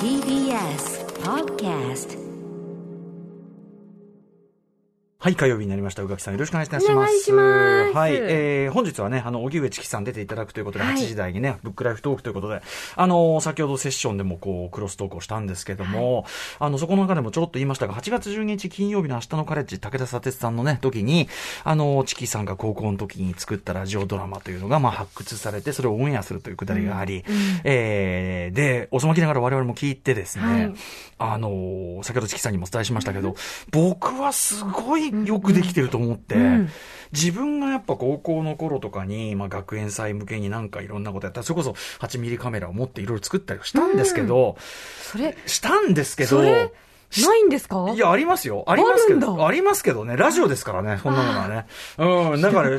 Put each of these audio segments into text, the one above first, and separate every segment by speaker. Speaker 1: TBS Podcast
Speaker 2: はい、火曜日になりました。宇垣さん、よろしくお願いいたします。
Speaker 3: お願いします
Speaker 2: はい、えー、本日はね、あの、荻上チキさん出ていただくということで、
Speaker 3: はい
Speaker 2: 8時台にね、ブックライフトークということで、あのー先ほどセッションでもこう、クロストークをしたんですけども、あの、そこの中でもちょろっと言いましたが、8月12日金曜日の明日のカレッジ、武田砂鉄さんのね、時に、あのーチキさんが高校の時に作ったラジオドラマというのが、まあ、発掘されて、それをオンエアするというくだりがあり、えー、で、遅まきながら我々も聞いてですね、
Speaker 3: はい
Speaker 2: あのー先ほどチキさんにもお伝えしましたけど、僕はすごいよくできてると思って、
Speaker 3: うん
Speaker 2: 自分がやっぱ高校の頃とかに、まあ、学園祭向けになんかいろんなことやったそれこそ8ミリカメラを持っていろいろ作ったりしたんですけど、
Speaker 3: それ、
Speaker 2: したんですけど、
Speaker 3: それ、ないんですか
Speaker 2: いや、ありますよ。ありますけ
Speaker 3: あるん
Speaker 2: ど、
Speaker 3: だ
Speaker 2: ありますけどね、ラジオですからね、そんなものはね。うん、だから、あの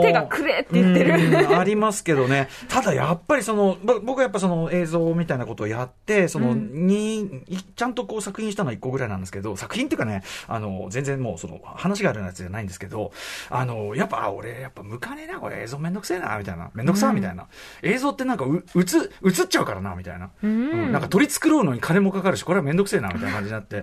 Speaker 3: 手手がくれって言ってる
Speaker 2: うんありますけどね。ただやっぱりその、ぼ僕はやっぱその映像みたいなことをやって、その、
Speaker 3: うん
Speaker 2: に、いちゃんとこう作品したのは1個ぐらいなんですけど、作品っていうかね、あの、全然もうその、話があるようなやつじゃないんですけど、あの、やっぱ、あ俺、やっぱ向かねえな、これ映像めんどくせえな、みたいな。めんどくさ、みたいな。映像ってなんかう、映、映っちゃうからな、みたいな。
Speaker 3: うん
Speaker 2: うんなんか取り繕うのに金もかかるし、これはめんどくせえな、みたいな感じになって、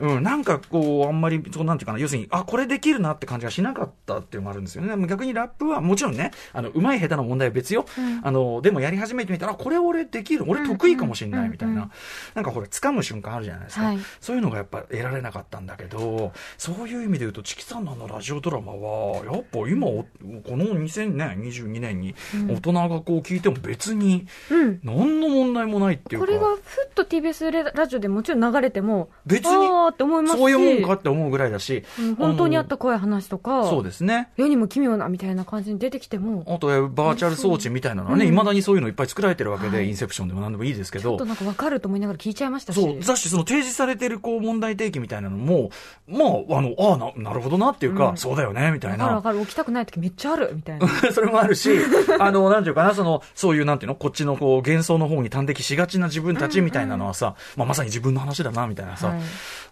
Speaker 2: うん、なんかこう、あんまり、そうなんていうかな、要するに、あ、これできるなって感じがしなかったっていうのもあるんですよね。でも逆にラップは、もちろんね、あの、うまい下手の問題は別よ。あの、でもやり始めてみたら、あこれ俺できる、俺得意かもしれない、みたいな。なんかほら、掴む瞬間あるじゃないですか
Speaker 3: はい。
Speaker 2: そういうのがやっぱ得られなかったんだけど、そういう意味で言うと、チキさんのあのラジオドラマは、やっぱ今、おこの2022年に、大人がこう聞いても別に、
Speaker 3: うん。
Speaker 2: 何の問題もないっていう
Speaker 3: こ
Speaker 2: か。
Speaker 3: れがふっと TBS レラジオでもちろん流れても、
Speaker 2: 別に
Speaker 3: あーって思いますし、
Speaker 2: そういうもんかって思うぐらいだし、
Speaker 3: うん本当にあっ
Speaker 2: の
Speaker 3: た怖い話とか、
Speaker 2: そうですね。
Speaker 3: 世にも奇妙なみたいな感じに出てきても、
Speaker 2: あと、えバーチャル装置みたいなのはね、
Speaker 3: うん
Speaker 2: いまだにそういうのいっぱい作られてるわけで、
Speaker 3: はい
Speaker 2: インセプションでも何でもいいですけ
Speaker 3: ちょっと
Speaker 2: ど、
Speaker 3: なんかわかると思いながら聞いちゃいましたし。
Speaker 2: そう、だし、その提示されてるこう問題提起みたいなのも、まあ、あの、ああ、ななるほどなっていうか、
Speaker 3: うん
Speaker 2: そうだよね、みた
Speaker 3: わ
Speaker 2: い
Speaker 3: かる
Speaker 2: な
Speaker 3: わ。かる、起きたくない時めっちゃある、みたいな。
Speaker 2: それもあるし、あの、なんていうかな、その、そういう、なんていうの、こっちのこう、幻想の方に端的しがちな自分たちみたいなのはさ、まあ、まさに自分の話だな、みたいなさ、
Speaker 3: はい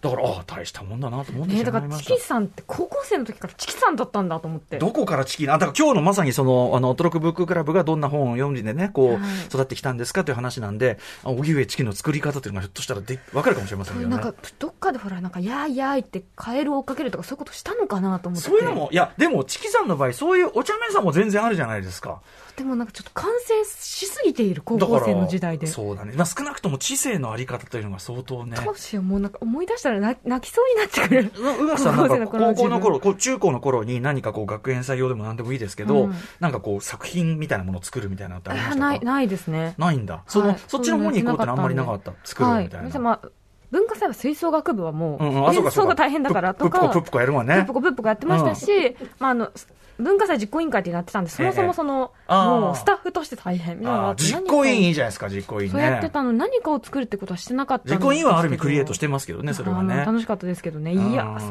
Speaker 2: だから、ああ、大したもんだなと思って
Speaker 3: ね
Speaker 2: し
Speaker 3: だ
Speaker 2: ま
Speaker 3: か
Speaker 2: い
Speaker 3: ら
Speaker 2: ま
Speaker 3: チ
Speaker 2: した
Speaker 3: キ。さんって高校生の時からチキさんだったんだと思って。
Speaker 2: どこからチキな、あだから今日のまさにその、あの、トロクブッククラブがどんな本を読んでね、
Speaker 3: は
Speaker 2: こ、
Speaker 3: いう
Speaker 2: 育ってきたんですかという話なんで、あ荻上チキの作り方というのがひょっとしたらで、わかるかもしれませんけど
Speaker 3: なん
Speaker 2: ね
Speaker 3: か。、どっかでほら、なんか、やーやーいってカエルを追っかけるとかそういうことしたのかなと思って。
Speaker 2: そういうのも、いや、でも、チキさんの場合、そういうお茶目さも全然あるじゃないですか。
Speaker 3: でもなんかちょっと完成しすぎている高
Speaker 2: だか
Speaker 3: 校
Speaker 2: ら、
Speaker 3: 生の時代で。
Speaker 2: そうだね。まあ、少なくとも知性のあり方というのが相当ね。
Speaker 3: どうしよう、もうなんか思い出したら泣泣きそうになってくる。
Speaker 2: ううがさんな
Speaker 3: 高
Speaker 2: ん
Speaker 3: 校生
Speaker 2: か
Speaker 3: の頃の
Speaker 2: 高校の頃、こう中高の頃に何かこう学園採用でも何でもいいですけど、
Speaker 3: うん
Speaker 2: なんかこう作品みたいなものを作るみたいなのってありま
Speaker 3: あ
Speaker 2: したか
Speaker 3: ない、ないですね。
Speaker 2: ないんだ。その、
Speaker 3: はい
Speaker 2: そっちの方に行こうってのはあんまりなかった。作ろうみたいな。
Speaker 3: はい。まあ、文化祭は吹奏楽部はも
Speaker 2: うんうん、あ、
Speaker 3: う、
Speaker 2: そ
Speaker 3: 演
Speaker 2: うか、そ
Speaker 3: 奏
Speaker 2: うか。
Speaker 3: が大変だからとか、
Speaker 2: プップコ、プップコやるわね
Speaker 3: プッ。コプップコやってましたし、まああの、文化祭実行委員会ってなってたんで、そもそもその、
Speaker 2: ええあー
Speaker 3: もうスタッフとして大変みたいなのがあ
Speaker 2: あ
Speaker 3: って
Speaker 2: 実行委員
Speaker 3: 何
Speaker 2: い
Speaker 3: か
Speaker 2: いじゃないですか、実行
Speaker 3: を
Speaker 2: 委員
Speaker 3: そうやって
Speaker 2: ね。
Speaker 3: たのに何かを作るってことはしてなかったんです
Speaker 2: 実
Speaker 3: けど
Speaker 2: 行委員はある意味クリエイトしてますけどね、それは
Speaker 3: あの
Speaker 2: ね。
Speaker 3: 楽しかったですけどね。いや、
Speaker 2: うん
Speaker 3: もう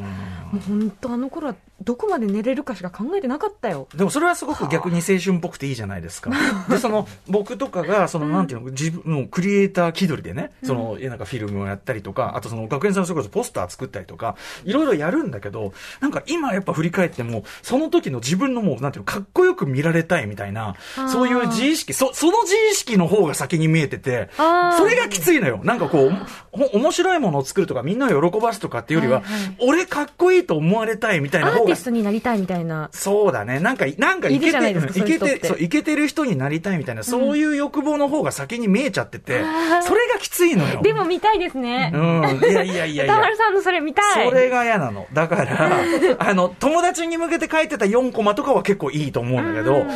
Speaker 3: 本当あの頃はどこまで寝れるかしか考えてなかったよ。
Speaker 2: でもそれはすごく逆に青春っぽくていいじゃないですか。で、その、僕とかが、その、なんていうの、自分のクリエイター気取りでね、その、なんかフィルムをやったりとか、あとその、学園祭のそれこそポスター作ったりとか、いろいろやるんだけど、なんか今やっぱ振り返っても、その時の自分のもう、なんていうの、かっこよく見られたいみたいな、
Speaker 3: ー
Speaker 2: そういう自意識、そ、その自意識の方が先に見えてて、
Speaker 3: あー
Speaker 2: それがきついのよ。なんかこう、ほ面白いものを作るとか、みんなを喜ばすとかっていうよりは、
Speaker 3: はいはい
Speaker 2: 俺かっこいいと思われたいみたい
Speaker 3: ア
Speaker 2: な
Speaker 3: ー
Speaker 2: 方
Speaker 3: ティ
Speaker 2: が
Speaker 3: ストになりたいみたいな。
Speaker 2: そうだね。なんか、なんか、
Speaker 3: いる
Speaker 2: け
Speaker 3: じゃ
Speaker 2: て
Speaker 3: ないです
Speaker 2: る、
Speaker 3: か
Speaker 2: いけ、
Speaker 3: そういう人ってて
Speaker 2: そう、いけてる人になりたいみたいな、そういう欲望の方が先に見えちゃってて、
Speaker 3: あー
Speaker 2: それがきついのよ。
Speaker 3: でも見たいですね。
Speaker 2: うん。いやいやいや
Speaker 3: 歌
Speaker 2: いや
Speaker 3: 丸。さんのそれ見たい。
Speaker 2: それが嫌なの。だ から、あの、友達に向けて書いてた4コマとかは結構いいと思うんだけど、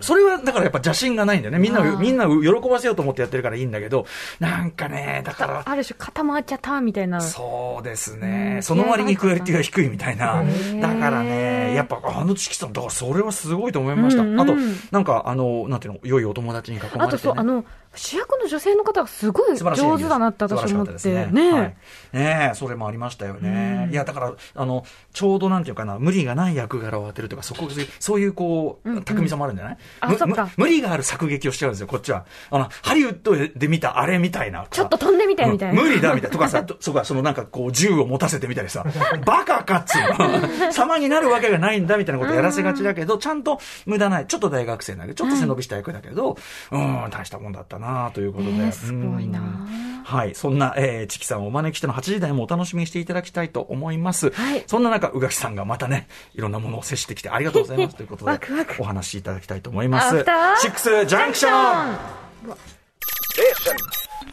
Speaker 2: それはだからやっぱ邪心がないんだよね。みんな
Speaker 3: あ
Speaker 2: を、
Speaker 3: ー
Speaker 2: みんなを喜ばせようと思ってやってるからいいんだけど、なんかね、だから、
Speaker 3: ある種肩回っちゃったみたいな。
Speaker 2: そうです
Speaker 3: う
Speaker 2: ね。
Speaker 3: ん
Speaker 2: その割にクオリティが低いみたいな
Speaker 3: ー。
Speaker 2: だからね、やっぱあのチキさん、だからそれはすごいと思いました。
Speaker 3: うんうん
Speaker 2: あと、なんかあの、なんていうの、良いお友達に囲まれて、ね。
Speaker 3: あとそう、あの、主役の女性の方がすごい
Speaker 2: 素晴らしい演技
Speaker 3: 上
Speaker 2: です
Speaker 3: 手だなって私思っ
Speaker 2: 素晴
Speaker 3: て。
Speaker 2: らしかったですねはいねえ、それもありましたよね。いや、だから、あの、ちょうどなんていうかな、無理がない役柄を当てるとか、そこ、そういうこう、巧みさもあるんじゃない、
Speaker 3: あ
Speaker 2: む
Speaker 3: そっか
Speaker 2: む無理がある作劇をしちゃうんですよ、こっちは。あの、ハリウッドで見たあれみたいな。
Speaker 3: ちょっと飛んでみてみたいな
Speaker 2: うん無理だみたいな。とかさ、と そこはそのなんかこう銃を持たせてみたりさ、バカかっつう の。様になるわけがないんだみたいなことやらせがちだけど、ちゃんと無駄ない。ちょっと大学生だけど、ちょっと背伸びした役だけど、うん、大したもんだったなということで。
Speaker 3: ねすごいな
Speaker 2: うんはい。そんな、えー、チキさんをお招きしての8時台もお楽しみにしていただきたいと思います。
Speaker 3: はい
Speaker 2: そんな中、宇垣さんがまたね、いろんなものを接してきてありがとうございますということで、
Speaker 3: ワクワク
Speaker 2: お話しいただきたいと思います。
Speaker 3: アフター
Speaker 2: シックスジャンクション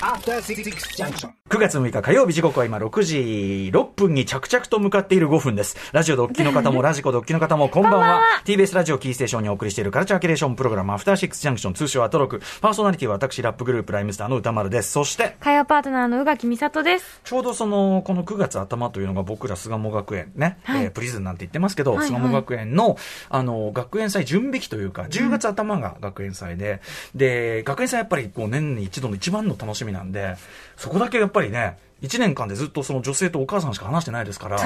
Speaker 4: After Six Junction.
Speaker 2: 9月6日火曜日時刻は今6時6分に着々と向かっている5分です。ラジオドッキの 方もラジコドッキの方もこんばんは。TBS ラジオキーステーションにお送りしているカルチャーキュレーションプログラムアフターシックスジャンクション通称アトロク。パーソナリティは私ラップグループライムスターの歌丸です。そして、
Speaker 3: 会話パートナーの宇垣美里です。
Speaker 2: ちょうどその、この9月頭というのが僕ら巣鴨学園ね、えープリズンなんて言ってますけど、
Speaker 3: はいはい
Speaker 2: 巣鴨学園の、あの、学園祭準備期というか、10月頭が学園祭で、で、学園祭やっぱりこう年に一度の一番の楽しみなんで、そこだけやっぱりね、1年間でずっとその女性とお母さんしか話してないです から、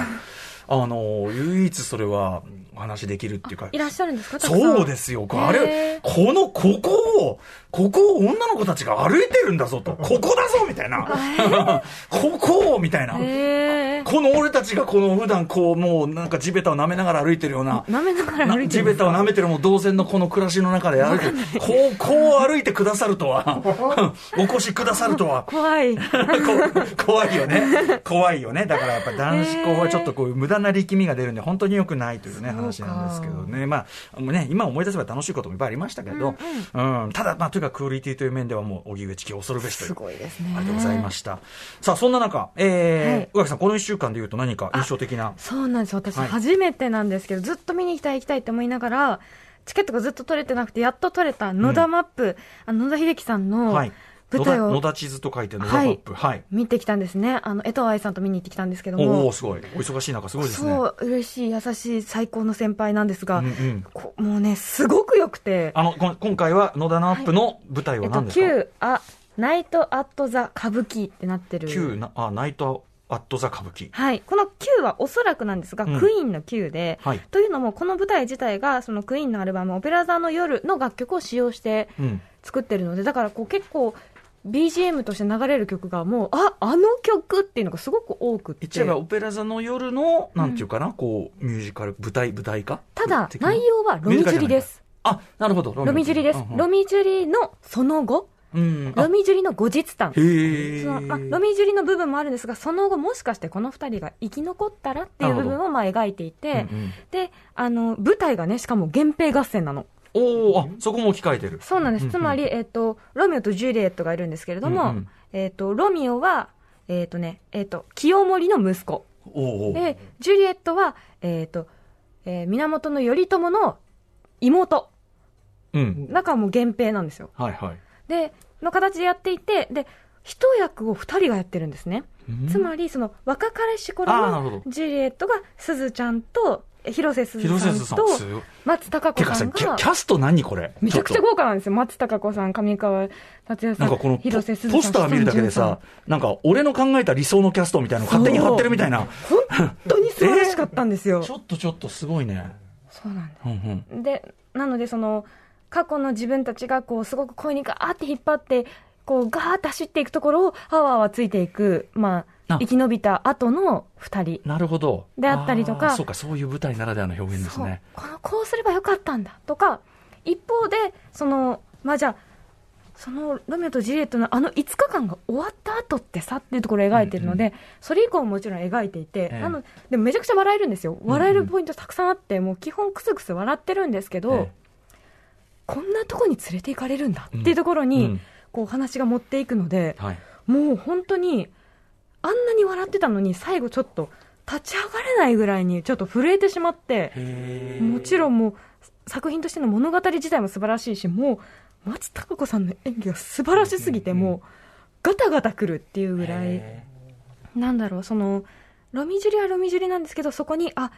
Speaker 2: あの、唯一それはお話できるっていうか
Speaker 3: い、らっしゃるんですか。
Speaker 2: そうですすよ。あれ
Speaker 3: へ、
Speaker 2: この、ここを、ここを女の子たちが歩いてるんだ ぞと、ここだぞみたいな。 ここをみたいな。
Speaker 3: へえ。
Speaker 2: この俺たちがこの普段こう、もうなんか地べたを舐めながら歩いてるような。
Speaker 3: 舐めながら歩い
Speaker 2: な
Speaker 3: て
Speaker 2: 地
Speaker 3: る
Speaker 2: べ。たを舐めてるもう動線のこの暮らしの中で歩 いてるこう、こう歩いてくださるとは、お越しくださるとは、
Speaker 3: 怖 い。
Speaker 2: こ 怖いよね。怖いよね。だからやっぱ男子校はちょっとこう無駄な力みが出るんで本当に良くないというね、話なんですけどね。まあ、あのね、今思い出せば楽しいこともいっぱいありましたけど、うん、ただ、まあとにかくクオリティという面ではもう、荻上チキ恐るべしという。
Speaker 3: すごいですね
Speaker 2: ありがとうございました。さあ、そんな中、えー、宇垣、さん、この一週間で言うと何か印象的な。
Speaker 3: そうなんです。私
Speaker 2: はい
Speaker 3: 初めてなんですけど、ずっと見に行きたい行きたいって思いながら、チケットがずっと取れてなくて、やっと取れた野田マップ、あの野田秀樹さんの
Speaker 2: はい
Speaker 3: 舞。
Speaker 2: 野
Speaker 3: 台
Speaker 2: 田
Speaker 3: を
Speaker 2: 野田地図と書いて野田マップ。はい。
Speaker 3: 見てきたんですね。あの、江藤愛さんと見に行ってきたんですけど
Speaker 2: おお
Speaker 3: も
Speaker 2: ー、。すごい。お忙しい中、すごいですね。
Speaker 3: そう、嬉しい、優しい、最高の先輩なんですが、
Speaker 2: うんうん
Speaker 3: こもうね、すごく良くて、
Speaker 2: あの、こん今回は野田マップの舞台
Speaker 3: え
Speaker 2: は
Speaker 3: っと、
Speaker 2: 何ですか、
Speaker 3: 旧、あ、ナイト・アット・ザ・歌舞伎ってなってる。
Speaker 2: 旧なあナイトアットザ歌舞伎。
Speaker 3: はい。この9はおそらくなんですが、
Speaker 2: うん
Speaker 3: クイーンの9で、
Speaker 2: はい
Speaker 3: というのも、この舞台自体が、そのクイーンのアルバム、オペラ座の夜の楽曲を使用して
Speaker 2: うん。
Speaker 3: 作ってるので、だからこう結構、BGM として流れる曲がもう、あ、あの曲っていうのがすごく多くって。
Speaker 2: 一応はオペラ座の夜の、なんていうかな、こう、ミュージカル、舞台、舞台化
Speaker 3: ただ、
Speaker 2: 的な
Speaker 3: 内容はロミジュリです。
Speaker 2: あ、なるほど。
Speaker 3: ロミジュリです。ロミジュリのその後、
Speaker 2: うんうん。
Speaker 3: ロミジュリの後日談。
Speaker 2: へー
Speaker 3: そのまあ、ロミジュリの部分もあるんですが、その後、もしかしてこの2人が生き残ったらっていう部
Speaker 2: なる
Speaker 3: 分
Speaker 2: ほ
Speaker 3: をまあ描いていて、
Speaker 2: うんうん
Speaker 3: であの舞台がね、しかも源平合戦なの、
Speaker 2: おおあ、そこも置き換えてる。
Speaker 3: そうなんです、
Speaker 2: うん
Speaker 3: つまり、えっとロミオとジュリエットがいるんですけれども、
Speaker 2: うんうん
Speaker 3: えっとロミオは、えっとねえっと清盛の息子、
Speaker 2: おお
Speaker 3: でジュリエットは、えっとえー源頼朝の妹、
Speaker 2: うん。
Speaker 3: だからもう源平なんですよ。
Speaker 2: はいはい。
Speaker 3: での形でやっていて、で一役を2人がやってるんですね。つまりその若彼氏頃
Speaker 2: あーなるほ
Speaker 3: の
Speaker 2: ど
Speaker 3: ジュリエットがすずちゃんとえ広瀬す
Speaker 2: り
Speaker 3: ず
Speaker 2: 広瀬すず
Speaker 3: さ
Speaker 2: さ
Speaker 3: ん
Speaker 2: ん
Speaker 3: と
Speaker 2: すごい
Speaker 3: 松たか
Speaker 2: て
Speaker 3: 子
Speaker 2: か
Speaker 3: さ
Speaker 2: さ、
Speaker 3: ん
Speaker 2: キャ
Speaker 3: が
Speaker 2: キャスト何これ
Speaker 3: めちゃくちゃ
Speaker 2: ょっ
Speaker 3: 豪華なんですよ松たか子さん上川達也
Speaker 2: とな
Speaker 3: さ
Speaker 2: んかこの
Speaker 3: ん
Speaker 2: ポ
Speaker 3: 広瀬すずさん
Speaker 2: ポスター見るだけでさ、なんか俺の考えた理想のキャストみたいなの勝手に貼ってるみたいな。
Speaker 3: 本当に素晴らしかったんですよ、
Speaker 2: ちょっとちょっとすごいね。
Speaker 3: そうなんで
Speaker 2: うんうん。
Speaker 3: すでなのでその過去の自分たちがこうすごく恋にガーって引っ張ってこうガーッと走っていくところをあわあわついていくまあ
Speaker 2: あ
Speaker 3: 生き延びた後の2人
Speaker 2: なるほど。
Speaker 3: であったりとか
Speaker 2: あーそうか、そういう舞台ならではの表現ですね。
Speaker 3: そうこのこうすればよかったんだとか一方でそのまあじゃあそのロミオとジュリエットのあの5日間が終わった後ってさっていうところを描いてるので、それ以降ももちろん描いていて、
Speaker 2: ええ
Speaker 3: なのでもめちゃくちゃ笑えるんですよ笑えるポイントたくさんあって、もう基本クスクス笑ってるんですけど、
Speaker 2: え
Speaker 3: こんなとこに連れて行かれるんだっていうところに、
Speaker 2: うん
Speaker 3: こうお話が持っていくので
Speaker 2: え、はい。
Speaker 3: もう本当にあんなに笑ってたのに最後ちょっと立ち上がれないぐらいにちょっと震えてしまって。もちろんもう作品としての物語自体も素晴らしいしもう松たか子さんの演技が素晴らしすぎて
Speaker 2: うんうんうん
Speaker 3: もうガタガタくるっていうぐらい
Speaker 2: へ
Speaker 3: なんだろうそのロミジュリはロミジュリなんですけどそこにあ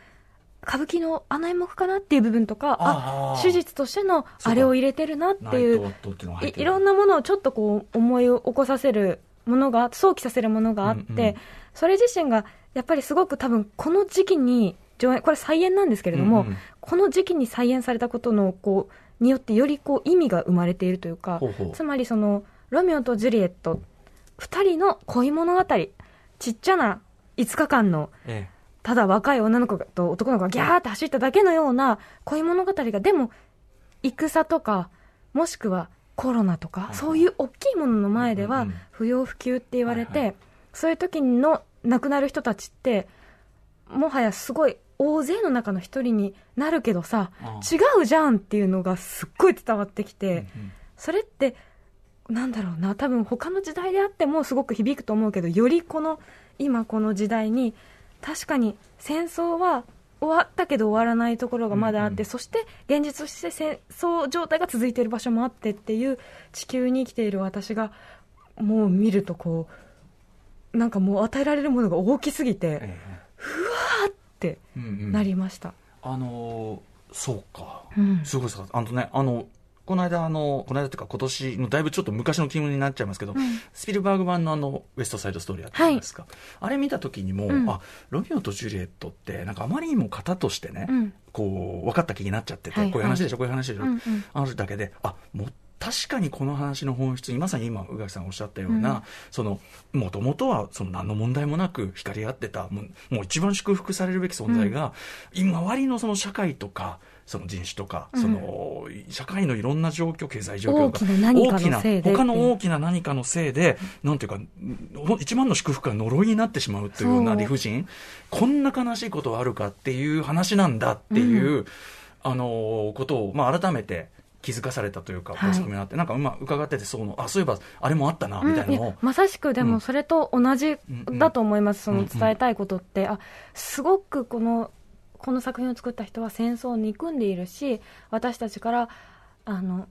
Speaker 3: 歌舞伎のあの演目かなっていう部分とか
Speaker 2: あ
Speaker 3: あ
Speaker 2: ー
Speaker 3: 手術としてのあれを入れてるなっ
Speaker 2: ー
Speaker 3: てい
Speaker 2: ナイ
Speaker 3: う
Speaker 2: トアットっていうのが入
Speaker 3: い
Speaker 2: ってる
Speaker 3: いろんなものをちょっとこう思いを起こさせるものが、想起させるものがあって、
Speaker 2: うんうん
Speaker 3: それ自身が、やっぱりすごく多分、この時期に上演、これ再演なんですけれども、
Speaker 2: うんうん
Speaker 3: この時期に再演されたことの、こう、によってよりこう意味が生まれているというか
Speaker 2: ほうほう
Speaker 3: つまりそのロミオとジュリエット2人の恋物語ちっちゃな5日間の
Speaker 2: え
Speaker 3: ただ若い女の子と男の子がギャーって走っただけのような恋物語がでも戦とかもしくはコロナとか
Speaker 2: はい
Speaker 3: そういう大きいものの前で
Speaker 2: う
Speaker 3: は
Speaker 2: んうんうん
Speaker 3: 不要不急って言われ
Speaker 2: はいは
Speaker 3: てそういう時の亡くなる人たちってもはやすごい大勢の中の一人になるけどさ
Speaker 2: ああ
Speaker 3: 違うじゃんっていうのがすっごい伝わってき
Speaker 2: え
Speaker 3: て。それってなんだろうな多分他の時代であってもすごく響くと思うけどよりこの今この時代に確かに戦争は終わったけど終わらないところがまだあって、
Speaker 2: うんうん
Speaker 3: そして現実として戦争状態が続いている場所もあってっていう地球に生きている私がもう見るとこうなんかもう与えられるものが大きすぎて、
Speaker 2: え
Speaker 3: って
Speaker 2: えうんうん
Speaker 3: なりました。
Speaker 2: あのーそうか
Speaker 3: うん
Speaker 2: すごいですかあのねあのこの間あのこの間というか今年のだいぶちょっと昔の気分になっちゃいますけど、スピルバーグ版のあのウエストサイドストーリーあったじゃないですか、あれ見た時にも、
Speaker 3: うん
Speaker 2: あロミオとジュリエットってなんかあまりにも型としてね、
Speaker 3: うん
Speaker 2: こう分かった気になっちゃってて、
Speaker 3: はいはい
Speaker 2: こういう話でしょこういう話でしょ、
Speaker 3: うんうん
Speaker 2: あるだけであもう確かにこの話の本質にまさに今宇垣さんおっしゃったような、
Speaker 3: うん
Speaker 2: そのもともとはその何の問題もなく光り合ってたもうもう一番祝福されるべき存在が、今割のその社会とかその人種とか、
Speaker 3: うん
Speaker 2: その社会のいろんな状況経済状況と
Speaker 3: 大きな何かの
Speaker 2: 大きな
Speaker 3: せいでっていう
Speaker 2: 他の大きな何かのせいでなんていうかの一番の祝福が呪いになってしまうというような
Speaker 3: そう
Speaker 2: 理不尽こんな悲しいことはあるかっていう話なんだっていう、あのことを、まあ、改めて気づかされたというか、
Speaker 3: はい
Speaker 2: ご説明になって、なんか今伺ってて、そうの、あ、そういえば、あれもあったな、みたいなの
Speaker 3: うん
Speaker 2: を
Speaker 3: や、まさしくで
Speaker 2: うん
Speaker 3: もそれと同じだと思います、
Speaker 2: うんうん
Speaker 3: その伝えたいことって、あすごくこのこの作品を作った人は戦争を憎んでいるし私たちからあの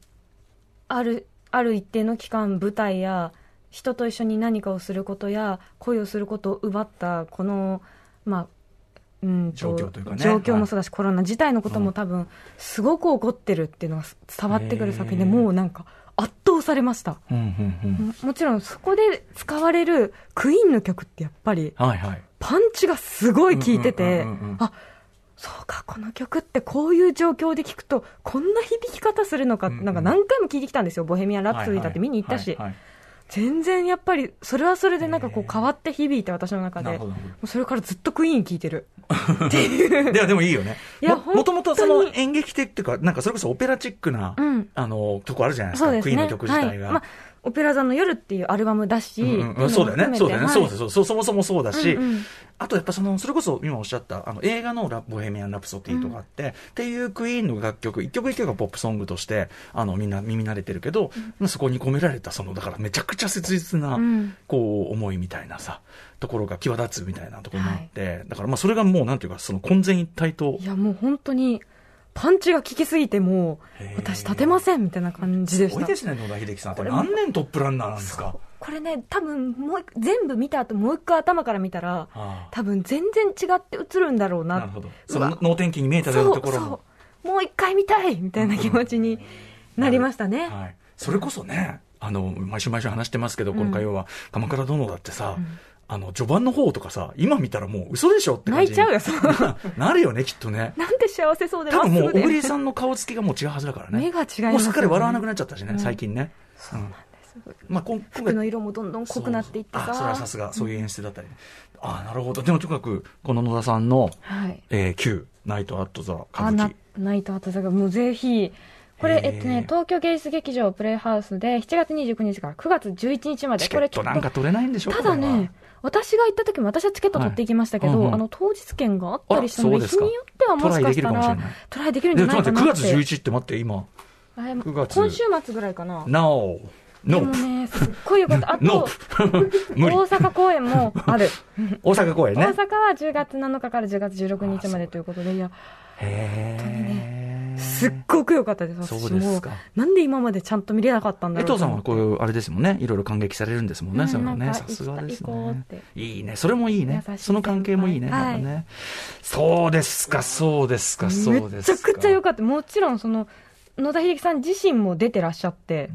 Speaker 3: あるある一定の期間舞台や人と一緒に何かをすることや恋をすることを奪ったこのまあうん
Speaker 2: 状況というかね
Speaker 3: 状況もそうだし、コロナ自体のことも多分すごく起こってるっていうのが伝わってくる作品で
Speaker 2: へー
Speaker 3: もうなんか圧倒されました
Speaker 2: うんうん
Speaker 3: ももちろんそこで使われるクイーンの曲ってやっぱり
Speaker 2: うん。はいはい。
Speaker 3: パンチがすごい効いてて
Speaker 2: うんうんうんうんうん、
Speaker 3: あ、そうか、この曲ってこういう状況で聴くとこんな響き方するのか、
Speaker 2: うんうん
Speaker 3: なんか何回も聴いてきたんですよ。ボヘミアン・ラプソディだって見に行ったし、
Speaker 2: はいはい
Speaker 3: 全然やっぱりそれはそれでなんかこ
Speaker 2: へ
Speaker 3: う
Speaker 2: ー
Speaker 3: 変わって響いて私の中
Speaker 2: な
Speaker 3: で。も
Speaker 2: るほどなる
Speaker 3: うそれからずっとクイーン聴いてる。
Speaker 2: ほど。では、でもいいよね。
Speaker 3: いや
Speaker 2: ももともとそ
Speaker 3: 本
Speaker 2: の
Speaker 3: 当
Speaker 2: 演劇的っていうか、なんかそれこそオペラチックな、
Speaker 3: うん
Speaker 2: あの、とこあるじゃないです
Speaker 3: そう
Speaker 2: か、
Speaker 3: です
Speaker 2: ク
Speaker 3: ね。
Speaker 2: イーンの曲自体
Speaker 3: はいまあ
Speaker 2: が。、
Speaker 3: オペラ座の夜っていうアルバムだし、
Speaker 2: うんうんうんそうだよね。そうだよね。そうだよそうそもそもそうだし、あとやっぱその、それこそ今おっしゃった、あの、映画のラボヘミアン・ラプソディとかあって、っていうクイーンの楽曲、一曲一曲がポップソングとして、あの、みんな耳慣れてるけど、そこに込められた、その、だからめちゃくちゃ切実な、
Speaker 3: うん
Speaker 2: こう、思いみたいなさ、ところが際立つみたいなところもあって、だからまあそれがもうなんていうか、その混然一体と
Speaker 3: い、やもう本当にパンチが効きすぎてもう
Speaker 2: へー
Speaker 3: 私立てませんみたいな感じでし
Speaker 2: 多い
Speaker 3: た
Speaker 2: ですね、野田秀樹さんって。
Speaker 3: これ
Speaker 2: 何年トップランナーなんですか。
Speaker 3: これね多分もう一全部見た後もう一回頭から見たら
Speaker 2: ああ
Speaker 3: 多分全然違って映るんだろう
Speaker 2: なる
Speaker 3: な
Speaker 2: ほど。
Speaker 3: う
Speaker 2: そ
Speaker 3: わ
Speaker 2: の能天気に見えたようなところも。
Speaker 3: うもう一回見たいみたいな気持ちになりましたね、
Speaker 2: はい、それこそね、あの、毎週毎週話してますけど、
Speaker 3: うん
Speaker 2: この火曜は、鎌倉殿だってさ、あの、序盤の方とかさ、今見たらもう嘘でしょって感
Speaker 3: 泣
Speaker 2: じ
Speaker 3: い
Speaker 2: に
Speaker 3: ちゃうよそう
Speaker 2: なるよね、きっ とね。
Speaker 3: なんて幸せそうで
Speaker 2: 多分もう、小
Speaker 3: で
Speaker 2: 栗さんの顔つきがもう違うはずだからね。
Speaker 3: 目が違いますよね
Speaker 2: もうすっかり笑わなくなっちゃったしね、
Speaker 3: うん
Speaker 2: 最近ね。うんまあ、こん今
Speaker 3: 服
Speaker 2: 回
Speaker 3: の色もどんどん濃くなっていって
Speaker 2: そうそうあそれは
Speaker 3: さ
Speaker 2: さすが、そういう演出だったりね。ああ、なるほど。でも、とにかく、この野田さんの、
Speaker 3: はい
Speaker 2: えー、旧、ナイト・アット・ザ・歌
Speaker 3: あ
Speaker 2: 舞
Speaker 3: な
Speaker 2: 伎。
Speaker 3: ないと私がもうぜひこ
Speaker 2: へ
Speaker 3: れ
Speaker 2: ー
Speaker 3: えっとね東京芸術劇場プレイハウスで7月29日から9月11日まで
Speaker 2: チケ
Speaker 3: こ
Speaker 2: ッ
Speaker 3: れちょ
Speaker 2: ト
Speaker 3: っ
Speaker 2: なんか
Speaker 3: と
Speaker 2: 取れないんでしょ
Speaker 3: ただね、私が行った時も私はチケット取っていきましたけど、
Speaker 2: はいうんうん
Speaker 3: あの当日券があったりしたの
Speaker 2: あ
Speaker 3: で
Speaker 2: らそうで
Speaker 3: 日
Speaker 2: すか
Speaker 3: によってはもしかした
Speaker 2: トライできるかもしれ
Speaker 3: らトライで
Speaker 2: ない
Speaker 3: きるんじゃないか
Speaker 2: これはで、ちょっ
Speaker 3: な
Speaker 2: と
Speaker 3: って
Speaker 2: 待って、9月11って待って、今。
Speaker 3: あでも
Speaker 2: 9月
Speaker 3: 今週末ぐらいかな
Speaker 2: No!
Speaker 3: で
Speaker 2: No!
Speaker 3: もねすっごいよかったあと、
Speaker 2: No! 無
Speaker 3: 大
Speaker 2: 理。
Speaker 3: 阪公演もあ る、
Speaker 2: 大阪公演
Speaker 3: 大
Speaker 2: ね
Speaker 3: 阪。は10月7日から10月16日までということでいや
Speaker 2: へー
Speaker 3: すっごく良かったです私
Speaker 2: そうですか
Speaker 3: もうなんで今までちゃんと見れなかったんだろ
Speaker 2: 江
Speaker 3: うと
Speaker 2: 藤さん
Speaker 3: 思っ
Speaker 2: は
Speaker 3: て
Speaker 2: こういう、あれですもんね。いろいろ感激されるんですもん
Speaker 3: う
Speaker 2: ね。
Speaker 3: ん
Speaker 2: それはね。
Speaker 3: なんか
Speaker 2: さすがです
Speaker 3: 行きたい行こ
Speaker 2: ね
Speaker 3: うっ。
Speaker 2: いいね。それもいいね
Speaker 3: 優。しい
Speaker 2: その関係もいいね。
Speaker 3: 先輩
Speaker 2: なんかね。そうですか、そうですか、そう
Speaker 3: め
Speaker 2: で
Speaker 3: ちゃ
Speaker 2: すか。
Speaker 3: くちゃ良
Speaker 2: かっ
Speaker 3: かったもちろんその野田秀樹さん自身も出てらっしゃって、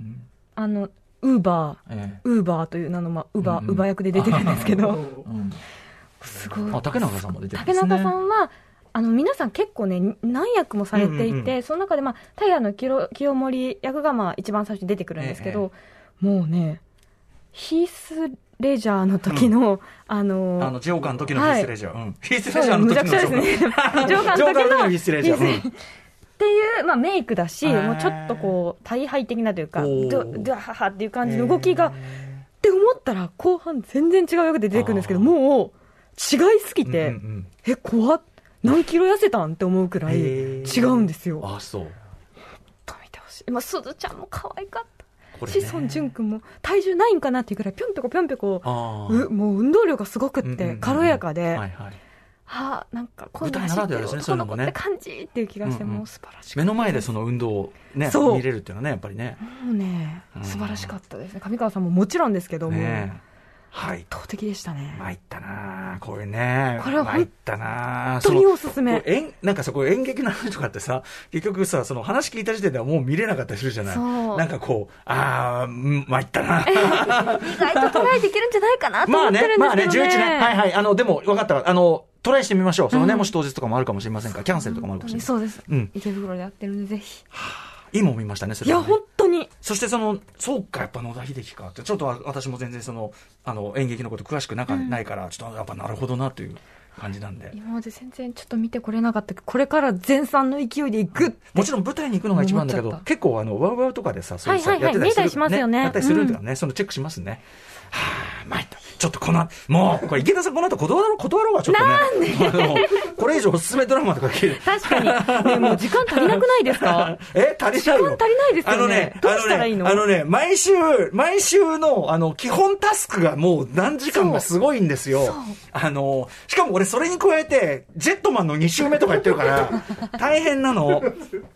Speaker 3: あのウーバー、
Speaker 2: え
Speaker 3: ウーバーという名の、まあ、ウバ、
Speaker 2: うんうん
Speaker 3: ウバ役で出てるんですけど、
Speaker 2: えうん
Speaker 3: すごい。
Speaker 2: あ竹中さんも出てるんで
Speaker 3: 竹
Speaker 2: すね
Speaker 3: 中さんは、あの皆さん結構ね、何役もされていて、
Speaker 2: うんうんう
Speaker 3: その中で、まあ、タイガーの清清盛役が、まあ、一番最初に出てくるんですけど、もうね、ヒースレジャーの時の、あの
Speaker 2: あのジョーカーの時のヒースレジャー、うん、ヒ ースレジャーの
Speaker 3: む
Speaker 2: 時
Speaker 3: ちゃ
Speaker 2: の
Speaker 3: く
Speaker 2: ジ
Speaker 3: ちゃ
Speaker 2: ョー
Speaker 3: で
Speaker 2: カ
Speaker 3: す
Speaker 2: ー
Speaker 3: ね。ジョーカーの
Speaker 2: ジョーカー
Speaker 3: 時
Speaker 2: の時の
Speaker 3: の
Speaker 2: ヒースレジャー
Speaker 3: ヒースっていう、まあ、メイクだし、
Speaker 2: へー
Speaker 3: もうちょっとこう、対配的なというか、
Speaker 2: お
Speaker 3: ド
Speaker 2: ー
Speaker 3: ゥドゥハハっていう感じの動きが、って思ったら、後半全然違う役で出てくるんですけど、
Speaker 2: あー
Speaker 3: もう、違いすぎ
Speaker 2: うん
Speaker 3: て、
Speaker 2: うんうん
Speaker 3: え、怖っ。何キロ痩せたんって思うくらい
Speaker 2: へ
Speaker 3: 違
Speaker 2: ー
Speaker 3: うんですよ。
Speaker 2: あそう
Speaker 3: と見てほしい。まあ、すずちゃんも可愛かった。
Speaker 2: これね
Speaker 3: 志尊淳君も体重ないんかなっていうくらい、ぴょんぴょこぴょんぴょこ、
Speaker 2: あー
Speaker 3: うもう運動量がすごくっ
Speaker 2: うんうんう
Speaker 3: て
Speaker 2: ん、
Speaker 3: 軽やかで、
Speaker 2: はいはい、
Speaker 3: はあ、なんかこういう
Speaker 2: 舞台ならではですねそういうのもね
Speaker 3: って感じっていう気がして、
Speaker 2: うんうん
Speaker 3: もう素晴らしい
Speaker 2: 目の前でその運動を、ね、
Speaker 3: そう
Speaker 2: 見れるっていうのはねやっぱりね
Speaker 3: もうね
Speaker 2: うん
Speaker 3: 素晴らしかったですね上川さんももちろんですけども、
Speaker 2: ねえはい
Speaker 3: 圧倒的でしたね
Speaker 2: 参ったなあこれね
Speaker 3: これは
Speaker 2: 参ったなあ
Speaker 3: 本当におすす
Speaker 2: その
Speaker 3: め
Speaker 2: こう演なんかさこう演劇の話とかってさ結局さその話聞いた時点ではもう見れなかったりするじゃない
Speaker 3: そう
Speaker 2: なんかこうああ参ったなあ
Speaker 3: 意外とトライできるんじゃないかなと思
Speaker 2: まあ
Speaker 3: って
Speaker 2: ね
Speaker 3: る、んで
Speaker 2: まあね、
Speaker 3: すけど
Speaker 2: 11
Speaker 3: ね,、
Speaker 2: 年。はいはい。あの、でも、分かったわ。あの、トライしてみましょう。そのね、もし当日とかもあるかもしれませんから、キャンセルとかもあるか
Speaker 3: 本当
Speaker 2: もしれ
Speaker 3: に
Speaker 2: ません。
Speaker 3: そうです、
Speaker 2: うん
Speaker 3: 池袋でやってるんでぜひ
Speaker 2: いいもん見ましたね、そ
Speaker 3: い
Speaker 2: れは
Speaker 3: や
Speaker 2: ね、
Speaker 3: 本当に
Speaker 2: そしてその、そうか、やっぱ野田秀樹かって、ちょっとわ私も全然その、あの、演劇のこと詳しくなかないから、ちょっとやっぱなるほどなという感じなんで。
Speaker 3: 今まで全然ちょっと見てこれなかったけどこれから前三の勢いでいくって
Speaker 2: もちろん舞台に行くのが一番だけ
Speaker 3: 思っち
Speaker 2: ど
Speaker 3: ゃっ、た
Speaker 2: 結構あの、ワウワウとかでさ、そういうさ、
Speaker 3: はいはいはい
Speaker 2: やってたり
Speaker 3: 見たり
Speaker 2: す
Speaker 3: し
Speaker 2: る、
Speaker 3: ますよね
Speaker 2: やったりするんだよね、そのチェックしますね。はぁ、参った。ちょっとこの、もう、これ池田さんこの後断ろう、断ろうわ、ちょっとね。 なんでこれ以上おすすめドラマとか聞いて
Speaker 3: 確かに、ね、もう時間足りなくないですか
Speaker 2: え足りちゃうよ
Speaker 3: 時間足りないですよね
Speaker 2: あのね、
Speaker 3: どうしたらいいの
Speaker 2: あのね、あね毎週、毎週の、あの、基本タスクがもう何時間がすごいんですよ。あの、しかも俺それに加えて、ジェットマンの2週目とかやってる から、大変なの。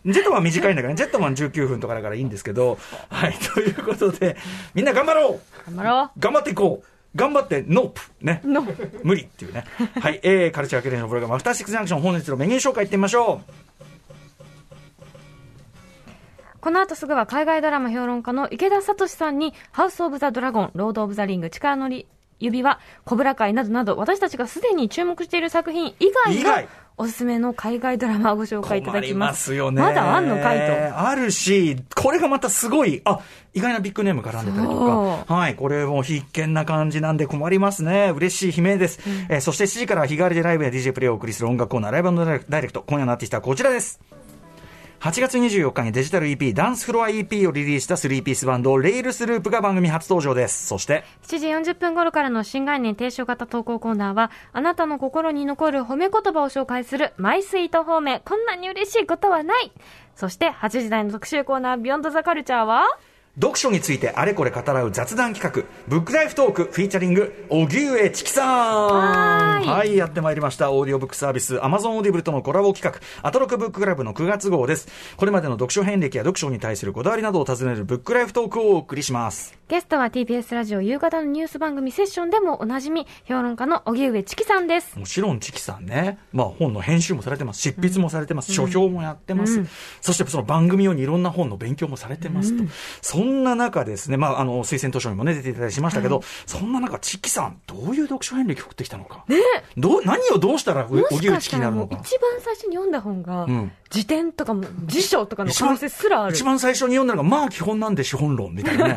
Speaker 2: ジェットマン短いんだからね、ジェットマン19分とかだからいいんですけど、はい、ということで、みんな頑張ろう
Speaker 3: 頑張ろ
Speaker 2: 頑張っていこう頑張って、ノープね
Speaker 3: う。の
Speaker 2: 無理っていうね。はい、えー、カルチャーアカデミーのプログラム、アフターシックスジャンクション、本日のメニュー紹介いってみましょう。
Speaker 3: この後すぐは海外ドラマ評論家の池田聡さんに、ハウス・オブ・ザ・ドラゴン、ロード・オブ・ザ・リング、力のり指輪、コブラ会などなど、私たちがすでに注目している作品以外
Speaker 2: 以外
Speaker 3: のおすすめの海外ドラマをご紹介いただきます。
Speaker 2: 困りよね。
Speaker 3: まだあんのかいと。
Speaker 2: あるし、これがまたすごい、あ、意外なビッグネーム絡んでたりとか、はい、これも必見な感じなんで困りますね。嬉しい悲鳴です。えーそして7時からは日替わりでライブや DJ プレイをお送りする音楽コーナー、ライブダイレクト。今夜のアーティストはこちらです。8月24日にデジタル EP、ダンスフロア EP をリリースした3ピースバンド、レイルスループが番組初登場です。そして、
Speaker 3: 7時40分頃からの新概念提唱型投稿コーナーは、あなたの心に残る褒め言葉を紹介する、マイスイート方面、こんなに嬉しいことはない。そして、8時台の特集コーナー、ビヨンドザカルチャーは、
Speaker 2: 読書についてあれこれ語らう雑談企画「ブックライフトーク」フィーチャリング荻上チキさん
Speaker 3: はーい
Speaker 2: はいやってまいりましたオーディオブックサービス Amazon オーディブルとのコラボ企画「アトロクブッククラブ」の9月号ですこれまでの読書遍歴や読書に対するこだわりなどを尋ねるブックライフトークをお送りします
Speaker 3: ゲストは TBS ラジオ夕方のニュース番組セッションでもおなじみ、評論家の荻上チキさんです。
Speaker 2: もちろんチキさんね、まあ、本の編集もされてます執筆もされてます、書評もやってます、そしてその番組用にいろんな本の勉強もされてますと、そんな中ですね、まあ、あの推薦図書にも、ね、出ていただきましたけど、そんな中チキさんどういう読書遍歴を送ってきたのか、どう何をどうしたら荻
Speaker 3: もし
Speaker 2: 上
Speaker 3: か
Speaker 2: チ
Speaker 3: し
Speaker 2: キ
Speaker 3: た
Speaker 2: にな
Speaker 3: ら
Speaker 2: る
Speaker 3: もう
Speaker 2: の
Speaker 3: 一番
Speaker 2: か。
Speaker 3: 最初に読んだ本が、
Speaker 2: ん
Speaker 3: 辞典とかも辞書とかの可能性すらある。
Speaker 2: 一番最初に読んだのが、まあ基本なんで資本論みたいなね。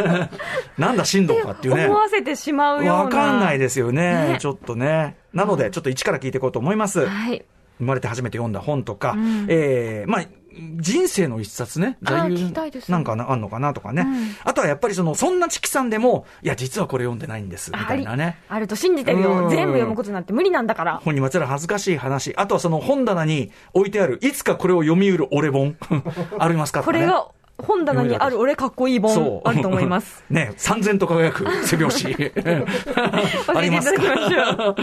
Speaker 2: なんだ進藤かっていうね。
Speaker 3: 思わせてしまうような。
Speaker 2: わかんない
Speaker 3: す。
Speaker 2: ですよね。
Speaker 3: ね
Speaker 2: ちょっとね。なので、ちょっと一から聞いていこうと思います。
Speaker 3: はい。
Speaker 2: 生まれて初めて読んだ本とか、ええまあ、人生の一冊ね、
Speaker 3: あー
Speaker 2: 座右
Speaker 3: 聞きたいです
Speaker 2: なんかなあんのかなとかね、あとはやっぱりその、そんなチキさんでも、いや、実はこれ読んでないんです、み
Speaker 3: あ
Speaker 2: たいなね。
Speaker 3: あると信じてる
Speaker 2: うん
Speaker 3: よ。全部読むことなんて無理なんだから。
Speaker 2: 本にまつわる恥ずかしい話、あとはその本棚に置いてある、いつかこれを読みうる 俺本、ありますか
Speaker 3: これ
Speaker 2: ね
Speaker 3: が本棚にある俺かっこいい本
Speaker 2: そう。
Speaker 3: あると思います。。
Speaker 2: ね、三千と輝く背拍 子。
Speaker 3: 教
Speaker 2: あ
Speaker 3: えて
Speaker 2: り
Speaker 3: い
Speaker 2: ま
Speaker 3: た
Speaker 2: す
Speaker 3: だき
Speaker 2: か
Speaker 3: ましょう。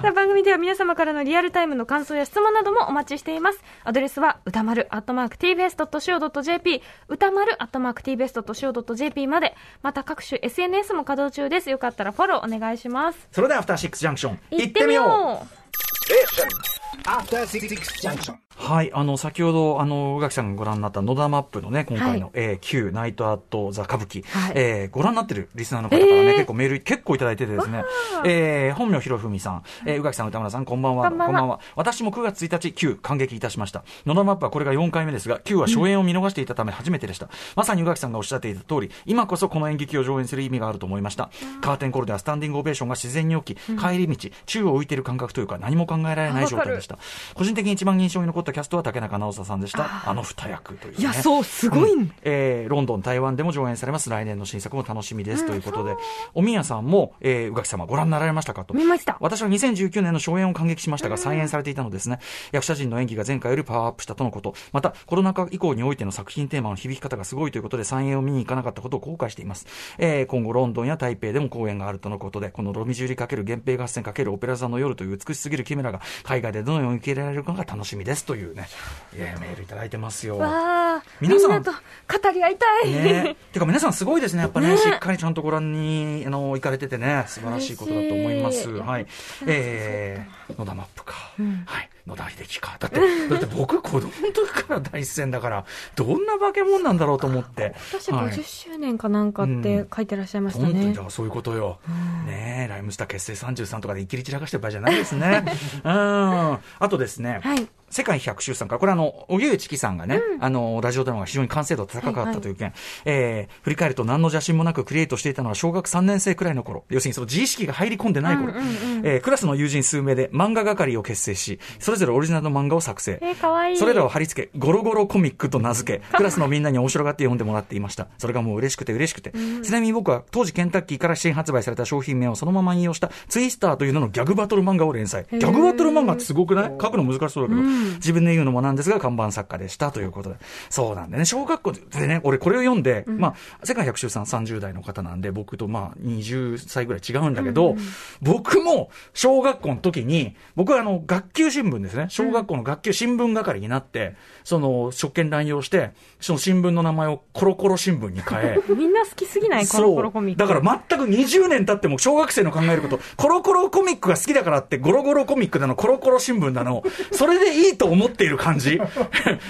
Speaker 3: さあ番組では皆様からのリアルタイムの感想や質問などもお待ちしています。アドレスは歌丸 @tbs.co.jp 歌丸 @tbs.co.jp まで。また各種 SNS も稼働中です。よかったらフォローお願いします。
Speaker 2: それでは、アフターシックスジャンクション、
Speaker 3: 行
Speaker 2: 行
Speaker 3: っ
Speaker 2: ってて
Speaker 3: み
Speaker 2: みよう
Speaker 3: よう
Speaker 4: After Six Junction.
Speaker 2: はい、あの、先ほど、あの、宇垣さんがご覧になった野田マップのね、今回
Speaker 3: は
Speaker 2: の、
Speaker 3: い
Speaker 2: えー、旧ナイトアットザ歌舞伎、
Speaker 3: はい
Speaker 2: えーご覧になってるリスナーの方からね、
Speaker 3: えー
Speaker 2: 結構メール結構いただいててですね、えー本名ひろふみさん、えー宇垣さん、歌村さん、こんばんは、
Speaker 3: こんばんは
Speaker 2: 私も9月1日、旧、感激いたしました。野田マップはこれが4回目ですが、旧は初演を見逃していたため初めてでした。まさに宇垣さんがおっしゃっていた通り、今こそこの演劇を上演する意味があると思いました。カーテンコールではスタンディングオベーションが自然に起き、帰り道、宙を浮いている感覚というか、何も考えられない状態でした。個人的に一番印象に残ったキャストは竹中直人さんでした。あの二役という、ね。
Speaker 3: いやそうすごいね
Speaker 2: んえーロンドン、台湾でも上演されます。来年の新作も楽しみです。ということで、おみやさんも、えー、宇垣様ご覧になられましたかと。
Speaker 3: 見ました
Speaker 2: 私は2019年の初演を感激しましたが、再演されていたのですね。役者陣の演技が前回よりパワーアップしたとのこと。また、コロナ禍以降においての作品テーマの響き方がすごいということで、再演を見に行かなかったことを後悔しています。えー今後、ロンドンや台北でも公演があるとのことで、このロミジュリ×源平合戦×オペラ座の夜という美しすぎるキメラが、海外でどのように受け入れられるかが楽しみです。というね、いやメールいただいてますよ。
Speaker 3: わあみ
Speaker 2: 皆さ
Speaker 3: ん
Speaker 2: ん
Speaker 3: なと語り合いたい、
Speaker 2: ね、てか皆さんすごいですね、やっぱね
Speaker 3: ね
Speaker 2: しっかりちゃんとご覧にあの行かれててね、素晴らしいことだと思います。
Speaker 3: 嬉しい
Speaker 2: はい、えー、野田マップか、はい、野田秀樹か、だって、だって僕、子供の時から第一線だから、どんな化け物なんだろうと思って。
Speaker 3: 私
Speaker 2: はい
Speaker 3: 50周年かなんかって書いてらっしゃいました
Speaker 2: 本当に
Speaker 3: ね
Speaker 2: だ、からそういうことよ、ねえライムスター結成33とかでいきり散らかしてる場合じゃないですねうんあとですね、
Speaker 3: はい
Speaker 2: 世界百秋さんからこれあの荻上チキさんがね、あのラジオドラマが非常に完成度が高かったという件、えー振り返ると何の邪心もなくクリエイトしていたのは小学3年生くらいの頃要するにその自意識が入り込んでない頃、えークラスの友人数名で漫画係を結成しそれぞれオリジナルの漫画を作成、
Speaker 3: えー、かわいい
Speaker 2: それらを貼り付け、ゴロゴロコミックと名付 け、クラスのみんなに面白がって読んでもらっていました。それがもう嬉しくて嬉しくて。ちなみに僕は当時ケンタッキーから新発売された商品名をそのまま引用したツイスターという名のギャグバトル漫画を連載。ギャグバトル漫画ってすごくない書くの難しそうだけど、自分で言うのもなんですが看板作家でしたということで。そうなんでね、小学校でね、俺これを読んで、まあ、世界百秋さん30代の方なんで、僕とまあ20歳ぐらい違うんだけど、僕も小学校の時に、僕はあの、学級新聞ですね。小学校の学級新聞係になって、その、職権乱用して、その新聞の名前をコロコロ新聞に変え、
Speaker 3: みんな好きすぎないコロコロコミック
Speaker 2: だから全く20年経っても小学生の考えること、コロコロコミックが好きだからって、ゴロゴロコミックだの、コロコロ新聞だの、それでいいと思っている感じ。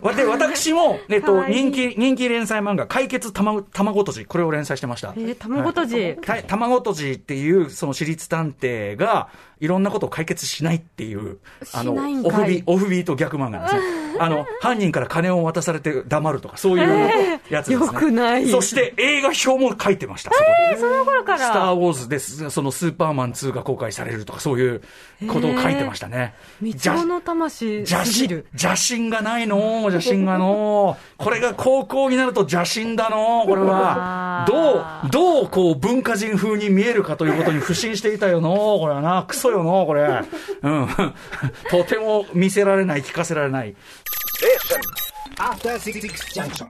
Speaker 2: わで、私も、えっ
Speaker 3: か
Speaker 2: と、
Speaker 3: わいい
Speaker 2: 人気、人気連載漫画、解決たま、卵とじ、これを連載してました。
Speaker 3: えー、卵とじ、
Speaker 2: た卵とじっていう、その私立探偵が、いろんなことを解決しないっていう、の、
Speaker 3: しないん
Speaker 2: オフ
Speaker 3: かい
Speaker 2: ビ、オフビート逆漫画なんですね。あの、犯人から金を渡されて黙るとか、そういうやつです、ね。
Speaker 3: えーよくない
Speaker 2: そして映画表も書いてました、そこで
Speaker 3: その頃から
Speaker 2: スター・ウォーズです、そのスーパーマン2が公開されるとか、そういうことを書いてましたね。
Speaker 3: 未
Speaker 2: じゃ
Speaker 3: 調の魂
Speaker 2: 邪
Speaker 3: すぎ
Speaker 2: 心
Speaker 3: る、
Speaker 2: 邪心がないの、邪心がの。これが高校になると邪心だの、これは
Speaker 3: あ。ー
Speaker 2: どう、どうこう文化人風に見えるかということに不信していたよの、これはな、クソよの、これ。うん。 とても見せられない、聞かせられない。
Speaker 4: After Six Junction.